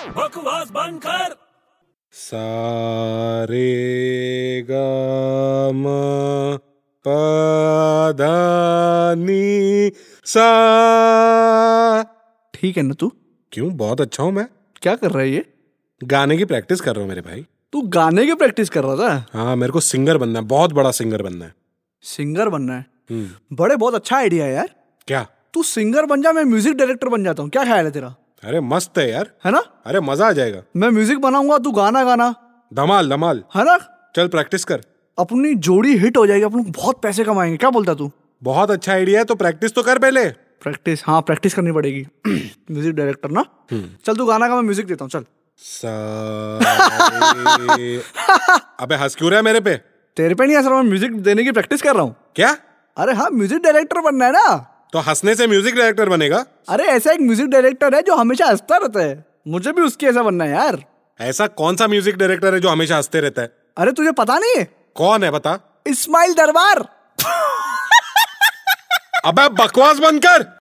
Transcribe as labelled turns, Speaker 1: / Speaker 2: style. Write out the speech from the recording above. Speaker 1: आवाज बंद कर
Speaker 2: सारे गम पदानी सा
Speaker 3: ठीक है ना तू
Speaker 2: क्यों बहुत अच्छा हूँ मैं
Speaker 3: क्या कर रहा है ये
Speaker 2: गाने की प्रैक्टिस कर रहा हूँ मेरे भाई
Speaker 3: तू गाने की प्रैक्टिस कर रहा था
Speaker 2: हाँ मेरे को सिंगर बनना है बहुत बड़ा सिंगर बनना है
Speaker 3: सिंगर बनना है
Speaker 2: हम्म,
Speaker 3: बड़े बहुत अच्छा आइडिया है यार
Speaker 2: क्या
Speaker 3: तू सिंगर बन जा मैं म्यूजिक डायरेक्टर बन जाता हूँ क्या ख्याल है तेरा
Speaker 2: अरे मस्त है यार
Speaker 3: है ना
Speaker 2: अरे मजा आ जाएगा
Speaker 3: मैं म्यूजिक बनाऊंगा तू गाना गाना
Speaker 2: धमाल धमाल
Speaker 3: है ना
Speaker 2: चल प्रैक्टिस कर
Speaker 3: अपनी जोड़ी हिट हो जाएगी अपन बहुत पैसे कमाएंगे क्या बोलता तू
Speaker 2: बहुत अच्छा आइडिया है तो प्रैक्टिस तो कर पहले
Speaker 3: प्रैक्टिस हाँ प्रैक्टिस करनी पड़ेगी म्यूजिक डायरेक्टर ना चल तू गाना का मैं म्यूजिक देता हूँ चल
Speaker 2: सारे अबे हंस क्यों रहा है मेरे पे
Speaker 3: तेरे पे नहीं असर मैं म्यूजिक देने की प्रैक्टिस कर रहा हूँ
Speaker 2: क्या
Speaker 3: अरे हाँ म्यूजिक डायरेक्टर बनना है ना
Speaker 2: तो हंसने से म्यूजिक डायरेक्टर बनेगा
Speaker 3: अरे ऐसा एक म्यूजिक डायरेक्टर है जो हमेशा हंसता रहता है मुझे भी उसके ऐसा बनना है यार
Speaker 2: ऐसा कौन सा म्यूजिक डायरेक्टर है जो हमेशा हंसते रहता है
Speaker 3: अरे तुझे पता नहीं है
Speaker 2: कौन है बता
Speaker 3: इस्माइल दरबार
Speaker 2: अबे बकवास बंद कर